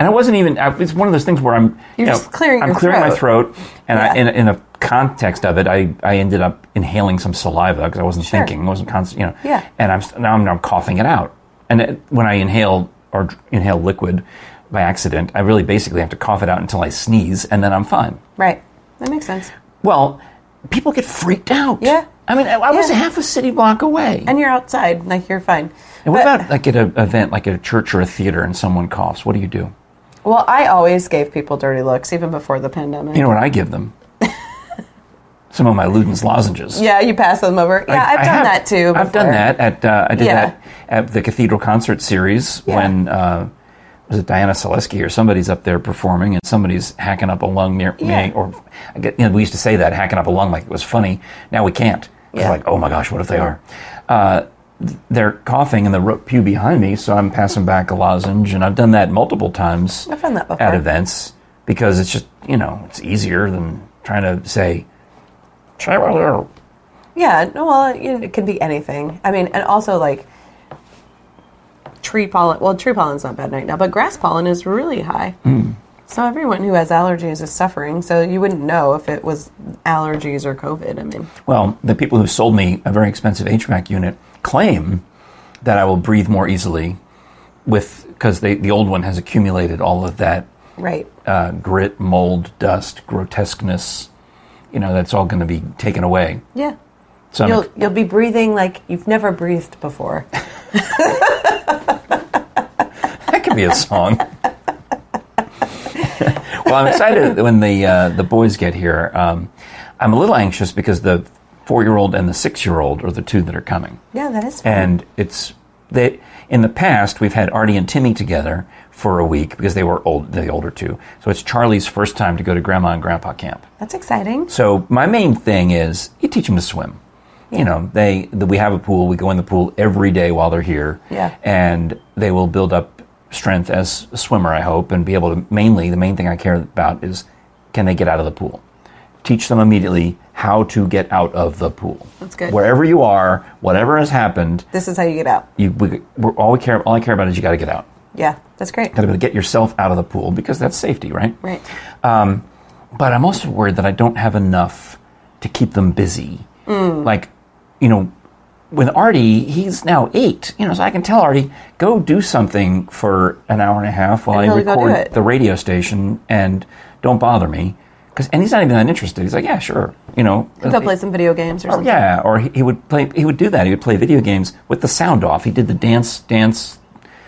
Speaker 1: And I wasn't even. I, it's one of those things where I'm. you
Speaker 2: You're
Speaker 1: know,
Speaker 2: just clearing
Speaker 1: I'm
Speaker 2: your
Speaker 1: clearing my
Speaker 2: throat.
Speaker 1: throat, and I,
Speaker 2: Yeah.
Speaker 1: in, in the context of it, I, I ended up inhaling some saliva because I wasn't
Speaker 2: Sure.
Speaker 1: thinking. I wasn't constant. You know.
Speaker 2: Yeah.
Speaker 1: And I'm now I'm, I'm coughing it out. And it, when I inhale or dr- inhale liquid by accident, I really basically have to cough it out until I sneeze, and then I'm fine.
Speaker 2: Right. That makes sense.
Speaker 1: Well, people get freaked out.
Speaker 2: Yeah.
Speaker 1: I mean, I, I was
Speaker 2: Yeah.
Speaker 1: half a city block away.
Speaker 2: And you're outside, like you're fine.
Speaker 1: and what
Speaker 2: But-
Speaker 1: about like at an event, like at a church or a theater, and someone coughs? What do you do?
Speaker 2: Well, I always gave people dirty looks, even before the pandemic.
Speaker 1: You know what I give them? Some of my Luden's lozenges.
Speaker 2: yeah, you pass them over. Yeah, I, have
Speaker 1: I
Speaker 2: done
Speaker 1: have-
Speaker 2: that too.
Speaker 1: I've done
Speaker 2: before.
Speaker 1: that at uh, I did
Speaker 2: Yeah.
Speaker 1: that at the Cathedral Concert Series
Speaker 2: Yeah.
Speaker 1: when uh, was it Diana Selesky or somebody's up there performing and somebody's hacking up a lung near
Speaker 2: Yeah.
Speaker 1: me or I get, you know, we used to say that hacking up a lung like it was funny. Now we can't. It's
Speaker 2: Yeah.
Speaker 1: like oh my gosh, what if they are? Uh, th- they're coughing in the ro- pew behind me, so I'm passing back a lozenge, and I've done that multiple times
Speaker 2: I've done that before.
Speaker 1: at events because it's just you know it's easier than trying to say. "Cheryl."
Speaker 2: Yeah, no, well, you know, it can be anything. I mean, and also like tree pollen. Well, tree pollen's not bad right now, but grass pollen is really high.
Speaker 1: Hmm.
Speaker 2: So everyone who has allergies is suffering. So you wouldn't know if it was allergies or COVID. I mean,
Speaker 1: Well, the people who sold me a very expensive HVAC unit claim that I will breathe more easily with because the old one has accumulated all of that
Speaker 2: right?
Speaker 1: uh, grit, mold, dust, grotesqueness. You know, that's all going to be taken away.
Speaker 2: Yeah,
Speaker 1: So I'm-
Speaker 2: you'll you'll be breathing like you've never breathed before.
Speaker 1: that could be a song. well, I'm excited when the uh, the boys get here. Um, I'm a little anxious because the four year old and the six year old are the two that are coming.
Speaker 2: Yeah, that is. Fun.
Speaker 1: and it's they in the past we've had Artie and Timmy together for a week because they were old the older two. So it's Charlie's first time to go to grandma and grandpa camp.
Speaker 2: That's exciting.
Speaker 1: So my main thing is you teach them to swim. You know, they the, we have a pool, we go in the pool every day while they're here.
Speaker 2: Yeah.
Speaker 1: And they will build up strength as a swimmer, I hope, and be able to mainly the main thing I care about is can they get out of the pool? Teach them immediately how to get out of the pool.
Speaker 2: That's good.
Speaker 1: Wherever you are, whatever has happened,
Speaker 2: This is how you get out.
Speaker 1: you we, we're, all we care all I care about is you got to get out.
Speaker 2: Yeah, that's great.
Speaker 1: Got to get yourself out of the pool because that's safety, right?
Speaker 2: Right.
Speaker 1: But I'm also worried that I don't have enough to keep them busy.
Speaker 2: Mm.
Speaker 1: Like, you know, with Artie, he's now eight. You know, so I can tell Artie, go do something for an hour and a half while
Speaker 2: And
Speaker 1: I
Speaker 2: he'll go do it.
Speaker 1: record the radio station, and don't bother me. Cause, and he's not even that interested. He's like, yeah, sure. You know,
Speaker 2: Go play some video games or
Speaker 1: Oh,
Speaker 2: something.
Speaker 1: yeah, or he, he would play. He would do that. He would play video games with the sound off. He did the dance, dance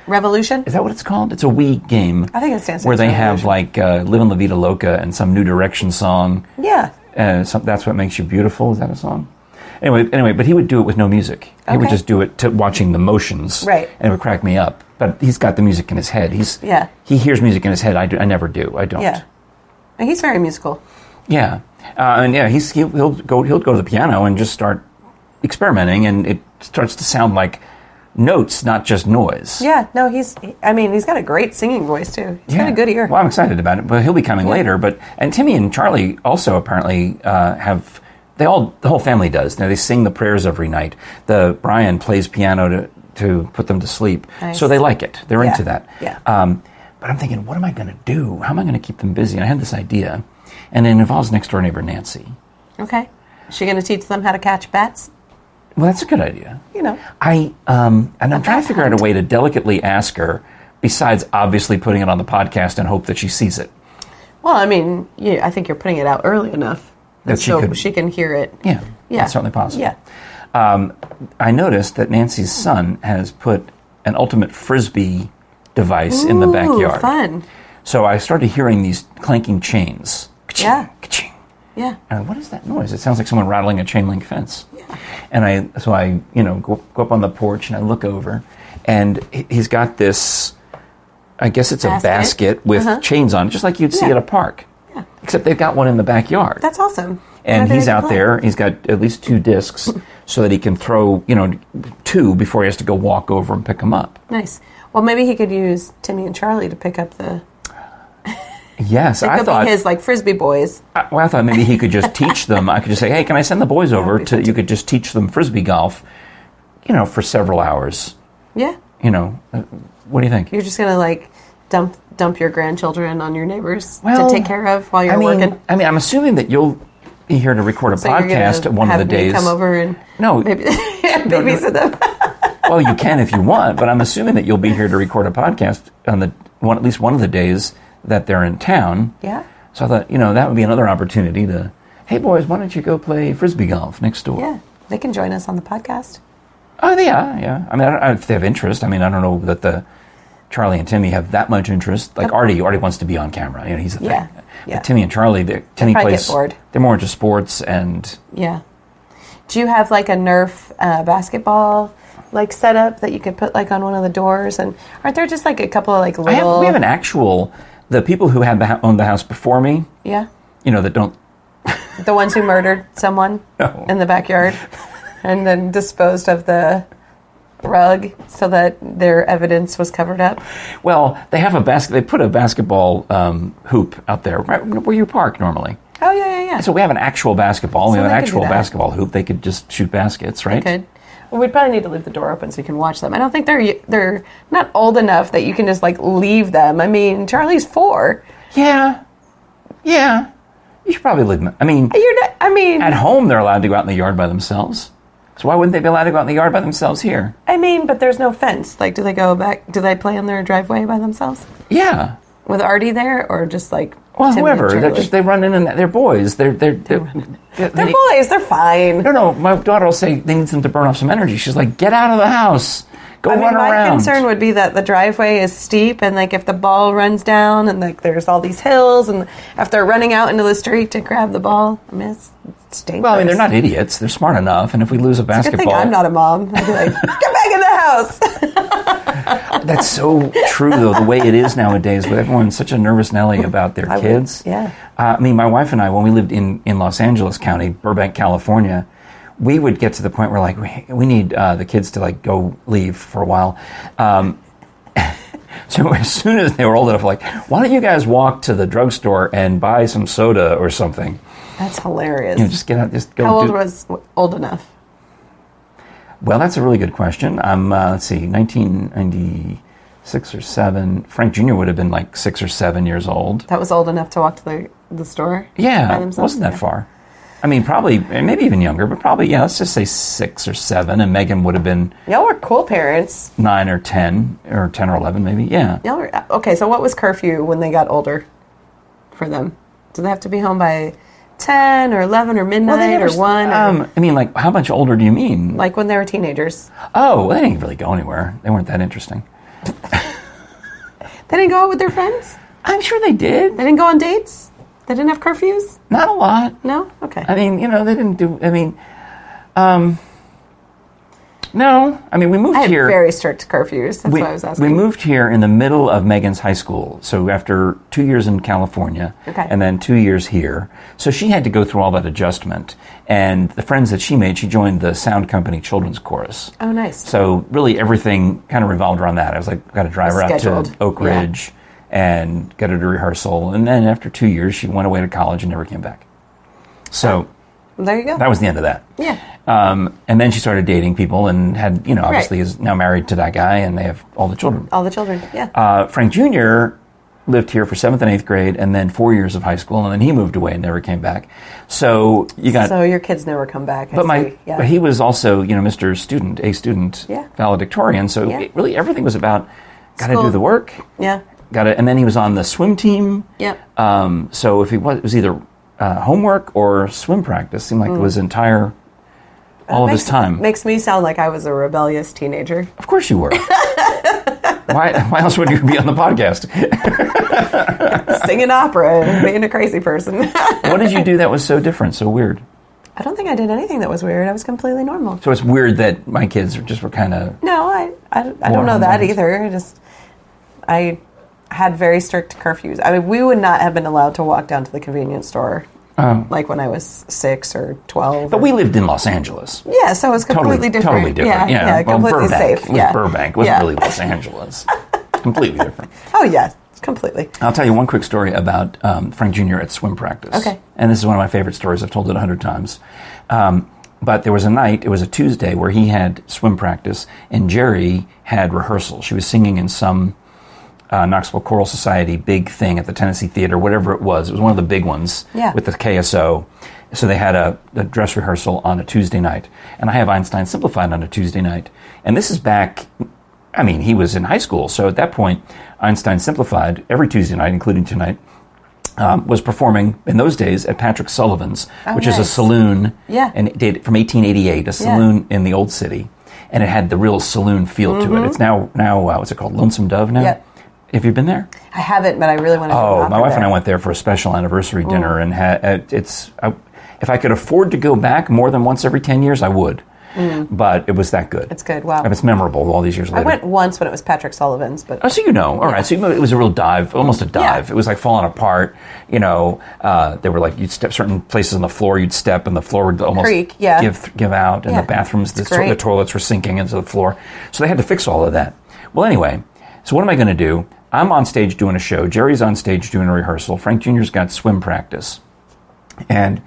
Speaker 2: Revolution.
Speaker 1: is that what it's called? It's a Wii game.
Speaker 2: I think it stands for
Speaker 1: where they have
Speaker 2: Revolution.
Speaker 1: like uh, "Living La Vida Loca" and some New Direction song.
Speaker 2: Yeah.
Speaker 1: Uh, some, that's what makes you beautiful. Is that a song? Anyway, anyway, but he would do it with no music. He would
Speaker 2: Okay.
Speaker 1: just do it to watching the motions.
Speaker 2: Right.
Speaker 1: And it would crack me up. But he's got the music in his head. He's
Speaker 2: Yeah.
Speaker 1: He hears music in his head. I do. I never do. I don't.
Speaker 2: Yeah. And he's very musical.
Speaker 1: Yeah, uh, and yeah, he's he'll, he'll go he'll go to the piano and just start experimenting, and it starts to sound like notes, not just noise.
Speaker 2: Yeah, no, he's. I mean, he's got a great singing voice too. He's got a good ear.
Speaker 1: Well, I'm excited about it, but he'll be coming later. But and Timmy and Charlie also apparently uh, have they all the whole family does. Now they sing the prayers every night. The Brian plays piano to to put them to sleep,
Speaker 2: Nice.
Speaker 1: so they like it. They're
Speaker 2: Yeah.
Speaker 1: into that.
Speaker 2: Yeah.
Speaker 1: Um, but I'm thinking, what am I going to do? How am I going to keep them busy? And I had this idea, and it involves next door neighbor Nancy.
Speaker 2: Okay, is she going to teach them how to catch bats?
Speaker 1: Well, that's a good idea.
Speaker 2: You know,
Speaker 1: I um, and I'm trying to figure out a way to delicately ask her. Besides, obviously putting it on the podcast and hope that she sees it.
Speaker 2: well, I mean, you, I think you're putting it out early enough
Speaker 1: That she
Speaker 2: so
Speaker 1: could-
Speaker 2: she can hear it.
Speaker 1: Yeah,
Speaker 2: Yeah.
Speaker 1: that's certainly possible.
Speaker 2: Yeah,
Speaker 1: Um, I noticed that Nancy's son has put an ultimate frisbee device in the
Speaker 2: Ooh,
Speaker 1: backyard.
Speaker 2: Fun.
Speaker 1: So I started hearing these clanking chains. Ka-ching,
Speaker 2: Yeah.
Speaker 1: ka-ching.
Speaker 2: Yeah.
Speaker 1: And what is that noise? It sounds like someone rattling a chain link fence. And I, so I, you know, go, go up on the porch and I look over, and he- he's got this. I guess it's a
Speaker 2: Basket? Uh-huh.
Speaker 1: basket with chains on, it, just like you'd see
Speaker 2: Yeah.
Speaker 1: at a park.
Speaker 2: Yeah.
Speaker 1: Except they've got one in the backyard
Speaker 2: That's awesome. Why
Speaker 1: and
Speaker 2: do
Speaker 1: he's
Speaker 2: they do
Speaker 1: out
Speaker 2: that?
Speaker 1: there. He's got at least two discs. so that he can throw, you know, two before he has to go walk over and pick them up.
Speaker 2: Nice. Well, maybe he could use Timmy and Charlie to pick up the.
Speaker 1: Yes,
Speaker 2: They
Speaker 1: I
Speaker 2: could
Speaker 1: thought.
Speaker 2: be his like frisbee boys.
Speaker 1: I- well, I thought maybe he could just teach them. I could just say, "Hey, can I send the boys over
Speaker 2: be
Speaker 1: to?" You could just teach them frisbee golf, you know, for several hours.
Speaker 2: Yeah,
Speaker 1: You know, Uh, what do you think?
Speaker 2: you're just gonna like dump dump your grandchildren on your neighbors
Speaker 1: Well,
Speaker 2: to take care of while you're
Speaker 1: I mean,
Speaker 2: working.
Speaker 1: I mean, I'm assuming that you'll be here to record a
Speaker 2: So you're
Speaker 1: podcast
Speaker 2: gonna
Speaker 1: one of
Speaker 2: have
Speaker 1: the
Speaker 2: me
Speaker 1: days.
Speaker 2: Come over and
Speaker 1: No,
Speaker 2: maybe babysit them.
Speaker 1: well, you can if you want, but I'm assuming that you'll be here to record a podcast on the one at least one of the days that they're in town.
Speaker 2: Yeah.
Speaker 1: So I thought, you know, that would be another opportunity to, hey boys, why don't you go play frisbee golf next door?
Speaker 2: Yeah, they can join us on the podcast.
Speaker 1: Oh, they are. Yeah. I mean, I don't, I don't- if they have interest, I mean, I don't know that the Charlie and Timmy have that much interest. Like Artie, Artie wants to be on camera. You know, he's the
Speaker 2: Yeah,
Speaker 1: thing.
Speaker 2: yeah.
Speaker 1: But Timmy and Charlie, they're- Timmy
Speaker 2: probably get
Speaker 1: plays.
Speaker 2: bored.
Speaker 1: They're more into sports and
Speaker 2: Yeah. Do you have like a Nerf uh, basketball like setup that you could put like on one of the doors? And aren't there just like a couple of like
Speaker 1: I have,
Speaker 2: little?
Speaker 1: we have an actual. The people who had the, hou- owned the house before me,
Speaker 2: yeah,
Speaker 1: you know, that don't.
Speaker 2: the ones who murdered someone
Speaker 1: No.
Speaker 2: in the backyard and then disposed of the rug so that their evidence was covered up.
Speaker 1: Well, they have a basket. They put a basketball um, hoop out there, right where you park normally.
Speaker 2: Oh yeah, yeah, yeah.
Speaker 1: So we have an actual basketball. we
Speaker 2: So
Speaker 1: have an
Speaker 2: they could do
Speaker 1: actual
Speaker 2: that.
Speaker 1: basketball hoop. They could just shoot baskets, right?
Speaker 2: Good. Well, we'd probably need to leave the door open so you can watch them. I don't think they're they're not old enough that you can just like leave them. I mean, Charlie's four.
Speaker 1: Yeah, yeah. You should probably leave them. I mean,
Speaker 2: You're not. I mean,
Speaker 1: at home they're allowed to go out in the yard by themselves. So why wouldn't they be allowed to go out in the yard by themselves here?
Speaker 2: I mean, but there's no fence. Like, do they go back? Do they play in their driveway by themselves
Speaker 1: Yeah.
Speaker 2: with Artie there, or just like
Speaker 1: Well,
Speaker 2: Tim and
Speaker 1: whoever they're
Speaker 2: Charlie?
Speaker 1: just they run in and they're boys. They're they're they're, they're,
Speaker 2: they're boys. They're fine.
Speaker 1: No, no, my daughter will say they need them to burn off some energy. She's like, get out of the house. Go
Speaker 2: I mean,
Speaker 1: run
Speaker 2: my
Speaker 1: around.
Speaker 2: concern would be that the driveway is steep, and like if the ball runs down, and like there's all these hills, and if they're running out into the street to grab the ball, I mean, it's, it's dangerous.
Speaker 1: well, I mean, they're not idiots. They're smart enough. And if we lose a
Speaker 2: Good thing
Speaker 1: basketball,
Speaker 2: I'm not a mom. I'd be like, get back in the house.
Speaker 1: that's so true, though, the way it is nowadays with everyone such a nervous Nelly about their
Speaker 2: Mm-hmm. would-
Speaker 1: kids.
Speaker 2: yeah.
Speaker 1: Uh, I mean, my wife and I, when we lived in, in Los Angeles County, Burbank, California, we would get to the point where, like, we, we need uh, the kids to, like, go leave for a while. Um, so as soon as they were old enough, like, why don't you guys walk to the drugstore and buy some soda or something?
Speaker 2: That's hilarious.
Speaker 1: You know, just get out, just go.
Speaker 2: How old
Speaker 1: do-
Speaker 2: was old enough?
Speaker 1: Well, that's a really good question. Um, uh, let's see, 1996 or seven. Frank Jr. would have been like six or seven years old.
Speaker 2: That was old enough to walk to the, the store.
Speaker 1: Yeah,
Speaker 2: by themselves?
Speaker 1: wasn't that
Speaker 2: Yeah.
Speaker 1: far? I mean, probably, and maybe even younger, but probably yeah. Let's just say six or seven, and Megan would have been
Speaker 2: Y'all were cool parents.
Speaker 1: nine or ten, or ten or eleven, maybe. Yeah.
Speaker 2: Y'all were okay. So what was curfew when they got older for them? Did they have to be home by ten or eleven or midnight or one? or-
Speaker 1: Um, I mean, like, how much older do you mean?
Speaker 2: like when they were teenagers,
Speaker 1: oh, well, they didn't really go anywhere. They weren't that interesting.
Speaker 2: they didn't go out with their friends.
Speaker 1: I'm sure they did.
Speaker 2: They didn't go on dates. They didn't have curfews.
Speaker 1: Not a lot.
Speaker 2: No. Okay.
Speaker 1: I mean, you know, they didn't do. I mean, um, no. I mean, we moved
Speaker 2: I had
Speaker 1: here.
Speaker 2: very strict curfews. That's
Speaker 1: we,
Speaker 2: why I was asking.
Speaker 1: we moved here in the middle of Megan's high school. So after two years in California,
Speaker 2: Okay.
Speaker 1: and then two years here, so she had to go through all that adjustment. And the friends that she made, she joined the sound company children's chorus.
Speaker 2: oh, nice.
Speaker 1: So really, everything kind of revolved around that. I was like, got to drive her out
Speaker 2: Scheduled.
Speaker 1: to Oak
Speaker 2: Yeah.
Speaker 1: Ridge and get her to rehearsal. And then after two years, she went away to college and never came back. So
Speaker 2: there you go.
Speaker 1: that was the end of that.
Speaker 2: yeah.
Speaker 1: Um, and then she started dating people and had, you know, obviously is now married to that guy and they have all the children.
Speaker 2: All the children. Yeah.
Speaker 1: Uh, Frank Jr. lived here for seventh and eighth grade and then four years of high school and then he moved away and never came back. So you got.
Speaker 2: so your kids never come back. I
Speaker 1: but my,
Speaker 2: see. yeah.
Speaker 1: but he was also, you know, Mr. Student, a student,
Speaker 2: Yeah.
Speaker 1: valedictorian. So
Speaker 2: Yeah.
Speaker 1: it, really, everything was about got to
Speaker 2: School.
Speaker 1: do the work,
Speaker 2: yeah.
Speaker 1: got to, and then he was on the swim team.
Speaker 2: Yep.
Speaker 1: Um, so if he was, it was either uh, homework or swim practice, seemed like it was entire all of his
Speaker 2: Mm. Makes-
Speaker 1: time.
Speaker 2: Makes me sound like I was a rebellious teenager.
Speaker 1: Of course you were. why, why else would you be on the podcast?
Speaker 2: Singing opera and being a crazy person.
Speaker 1: What did you do that was so different, so weird?
Speaker 2: I don't think I did anything that was weird. I was completely normal.
Speaker 1: So it's weird that my kids are just were kind of.
Speaker 2: No, I, I, I
Speaker 1: More
Speaker 2: don't know that
Speaker 1: hormones.
Speaker 2: either. I just, I had very strict curfews. I mean, we would not have been allowed to walk down to the convenience store like when I was six or twelve.
Speaker 1: Oh. But we lived in Los Angeles.
Speaker 2: Yeah, so it's
Speaker 1: Totally,
Speaker 2: completely different.
Speaker 1: Totally different.
Speaker 2: Yeah,
Speaker 1: Well,
Speaker 2: completely
Speaker 1: Burbank
Speaker 2: safe.
Speaker 1: was
Speaker 2: yeah,
Speaker 1: Burbank was
Speaker 2: yeah.
Speaker 1: really Los Angeles. completely different.
Speaker 2: Oh yeah, completely.
Speaker 1: I'll tell you one quick story about um, Frank Jr. at swim practice.
Speaker 2: Okay.
Speaker 1: And this is one of my favorite stories. I've told it a hundred times. Um, but there was a night, it was a Tuesday, where he had swim practice, and Jerry had rehearsal. She was singing in some uh, Knoxville Choral Society big thing at the Tennessee Theater, whatever it was. It was one of the big ones
Speaker 2: Yeah.
Speaker 1: with the KSO. So they had a, a dress rehearsal on a Tuesday night. And I have Einstein Simplified on a Tuesday night. And this is back, I mean, he was in high school. So at that point, Einstein Simplified, every Tuesday night, including tonight, um, was performing in those days at Patrick Sullivan's, which is a
Speaker 2: Oh, nice.
Speaker 1: saloon.
Speaker 2: Yeah.
Speaker 1: And it did from 1888, a saloon in the old city. And it had the real saloon feel to it. It's now, now uh, what's it called? Lonesome Dove now?
Speaker 2: Mm-hmm. Yep.
Speaker 1: Have you been there?
Speaker 2: I haven't, but I really want to.
Speaker 1: Oh, my wife and I went there for a special anniversary
Speaker 2: Mm.
Speaker 1: dinner, and had, uh, it's. I, if I could afford to go back more than once every ten years, I would. But it was that good.
Speaker 2: Mm. It's good. Wow.
Speaker 1: And it's memorable all these years
Speaker 2: I
Speaker 1: later.
Speaker 2: went once when it was Patrick Sullivan's, but
Speaker 1: Oh, so you know, all right. So you know, it was a real dive, almost a dive.
Speaker 2: Yeah.
Speaker 1: It was like falling apart. You know, uh, there were like you'd step certain places on the floor, you'd step, and the floor would almost
Speaker 2: Creak, yeah.
Speaker 1: give give out, and
Speaker 2: Yeah.
Speaker 1: the bathrooms, the,
Speaker 2: It's
Speaker 1: to- the
Speaker 2: great.
Speaker 1: toilets were sinking into the floor. So they had to fix all of that. Well, anyway, so what am I going to do? I'm on stage doing a show. Jerry's on stage doing a rehearsal. Frank Jr.'s got swim practice. And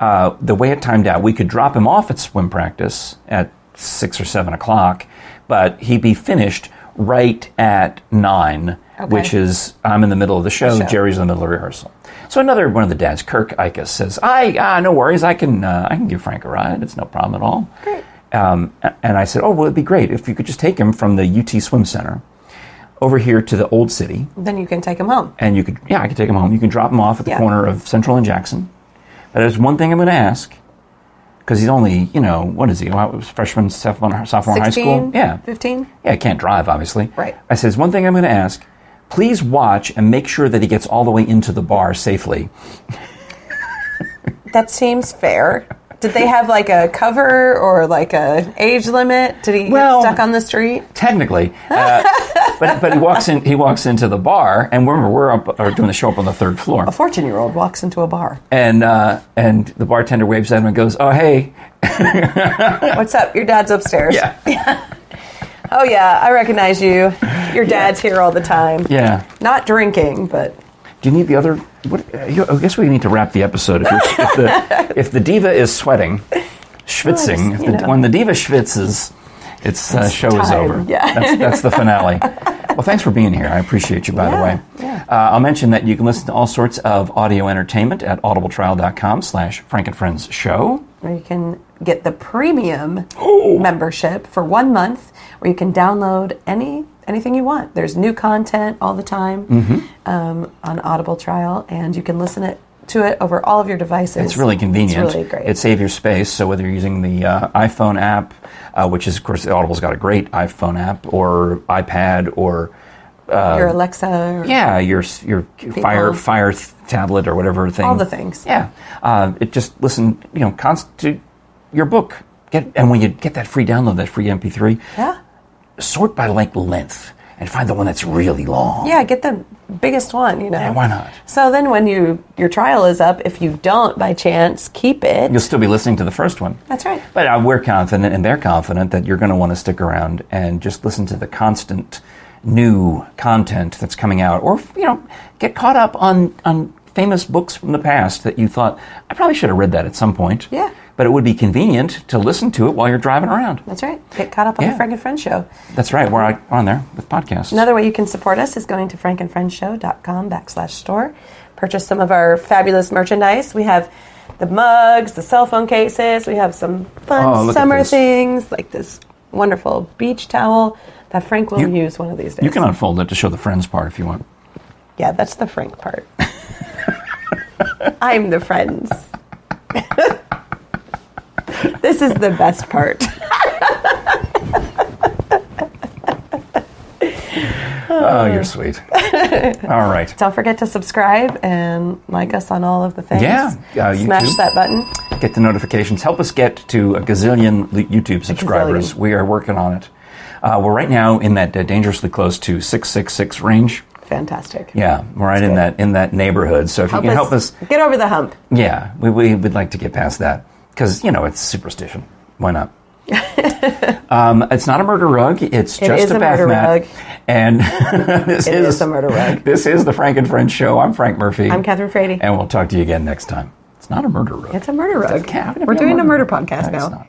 Speaker 1: uh, the way it timed out, we could drop him off at swim practice at six or seven o'clock, but he'd be finished right at nine,
Speaker 2: Okay.
Speaker 1: which is I'm in the middle of the show,
Speaker 2: show.
Speaker 1: Jerry's in the middle of rehearsal. So another one of the dads, Kirk Ikus, says, "I ah, no worries, I can uh, I can give Frank a ride. It's no problem at all."
Speaker 2: Great.
Speaker 1: Um, a- and I said, "Oh well, it'd be great if you could just take him from the UT Swim Center over here to the Old City."
Speaker 2: then you can take him home.
Speaker 1: and you could yeah i could take him home you can drop him off at the
Speaker 2: Yeah.
Speaker 1: corner of central and jackson but there's one thing i'm going to ask because he's only you know what is he well, freshman sophomore, sophomore in high
Speaker 2: 16,
Speaker 1: school yeah
Speaker 2: 15?
Speaker 1: yeah can't drive obviously
Speaker 2: Right.
Speaker 1: i says one thing i'm going to ask please watch and make sure that he gets all the way into the bar safely
Speaker 2: That seems fair. Did they have like a cover or like a age limit? Did he
Speaker 1: Well-
Speaker 2: get stuck on the street?
Speaker 1: technically uh, but, but he walks in he walks into the bar and remember we're up or doing the show up on the third floor
Speaker 2: A 14 year old walks into a bar.
Speaker 1: and uh, and the bartender waves at him and goes oh hey
Speaker 2: What's up? Your dad's upstairs.
Speaker 1: yeah
Speaker 2: Oh, yeah, I recognize you. Your dad's here all the time.
Speaker 1: yeah
Speaker 2: Not drinking, but
Speaker 1: Do you need the other? What, uh, you, I guess we need to wrap the episode. If, you're, if, the, if the diva is sweating, schwitzing,
Speaker 2: Well,
Speaker 1: if
Speaker 2: you
Speaker 1: the,
Speaker 2: know.
Speaker 1: when the diva schwitzes, its uh, show is
Speaker 2: time,
Speaker 1: over.
Speaker 2: yeah.
Speaker 1: That's, that's the finale. well, thanks for being here. I appreciate you, by the
Speaker 2: Yeah,
Speaker 1: way.
Speaker 2: yeah.
Speaker 1: Uh, I'll mention that you can listen to all sorts of audio entertainment at audibletrial.com slash Frank and Friends show.
Speaker 2: where you can get the premium membership for one month where you can download any anything you want there's new content all the time
Speaker 1: Mm-hmm.
Speaker 2: um, on audible trial and you can listen it, to it over all of your devices
Speaker 1: It's really convenient.
Speaker 2: it's really great
Speaker 1: It saves your space. So whether you're using the uh, iPhone app, uh, which is, of course, Audible's got a great iPhone app, or iPad, or
Speaker 2: your
Speaker 1: uh,
Speaker 2: alexa or-
Speaker 1: Yeah, your your fire
Speaker 2: People.
Speaker 1: fire th- tablet or whatever thing.
Speaker 2: All the things.
Speaker 1: Yeah, uh, it just listen. You know, constitute your book. Get and when you get that free download, that free MP3,
Speaker 2: yeah
Speaker 1: sort by like length and find the one that's really long.
Speaker 2: yeah get the biggest one you know
Speaker 1: Yeah, why not?
Speaker 2: so then when you your trial is up if you don't by chance keep it
Speaker 1: You'll still be listening to the first one.
Speaker 2: that's right
Speaker 1: But uh, we're confident, and they're confident, that you're going to want to stick around and just listen to the constant new content that's coming out, or you know, get caught up on on famous books from the past that you thought I probably should have read that at some point.
Speaker 2: Yeah.
Speaker 1: But it would be convenient to listen to it while you're driving around.
Speaker 2: that's right get caught up on
Speaker 1: Yeah.
Speaker 2: the frank and friend show
Speaker 1: That's right. We're out- on there with podcasts.
Speaker 2: Another way you can support us is going to frankandfriendshow.com backslash store. Purchase some of our fabulous merchandise. We have the mugs, the cell phone cases. We have some
Speaker 1: Oh,
Speaker 2: fun
Speaker 1: look at
Speaker 2: summer
Speaker 1: this.
Speaker 2: things like this wonderful beach towel that Frank will use one of these days.
Speaker 1: you can uh, unfold it to show the friends part if you want.
Speaker 2: yeah, that's the Frank part. I'm the friends. this is the best part.
Speaker 1: Oh, you're sweet. All right.
Speaker 2: Don't forget to subscribe and like us on all of the things.
Speaker 1: Yeah, uh, YouTube.
Speaker 2: Smash that button.
Speaker 1: get the notifications. Help us get to a gazillion l- YouTube subscribers.
Speaker 2: gazillion.
Speaker 1: We are working on it. Uh, we're right now in that uh, dangerously close to 666 range.
Speaker 2: fantastic.
Speaker 1: Yeah, we're right in that in that neighborhood. So if you can help us,
Speaker 2: get over the hump.
Speaker 1: yeah, we, we would like to get past that because you know it's superstition. Why not? um, it's not a murder rug. It's just
Speaker 2: is
Speaker 1: a
Speaker 2: a
Speaker 1: bath
Speaker 2: murder
Speaker 1: mat.
Speaker 2: rug.
Speaker 1: And this
Speaker 2: It
Speaker 1: is,
Speaker 2: is a murder rug.
Speaker 1: This is the Frank and Friends show. I'm Frank Murphy.
Speaker 2: I'm Catherine Frady.
Speaker 1: and we'll talk to you again next time. It's not a murder rug.
Speaker 2: It's a murder
Speaker 1: It's a
Speaker 2: rug.
Speaker 1: cat.
Speaker 2: We're
Speaker 1: Yeah,
Speaker 2: doing a murder podcast
Speaker 1: No, it's
Speaker 2: now.
Speaker 1: not.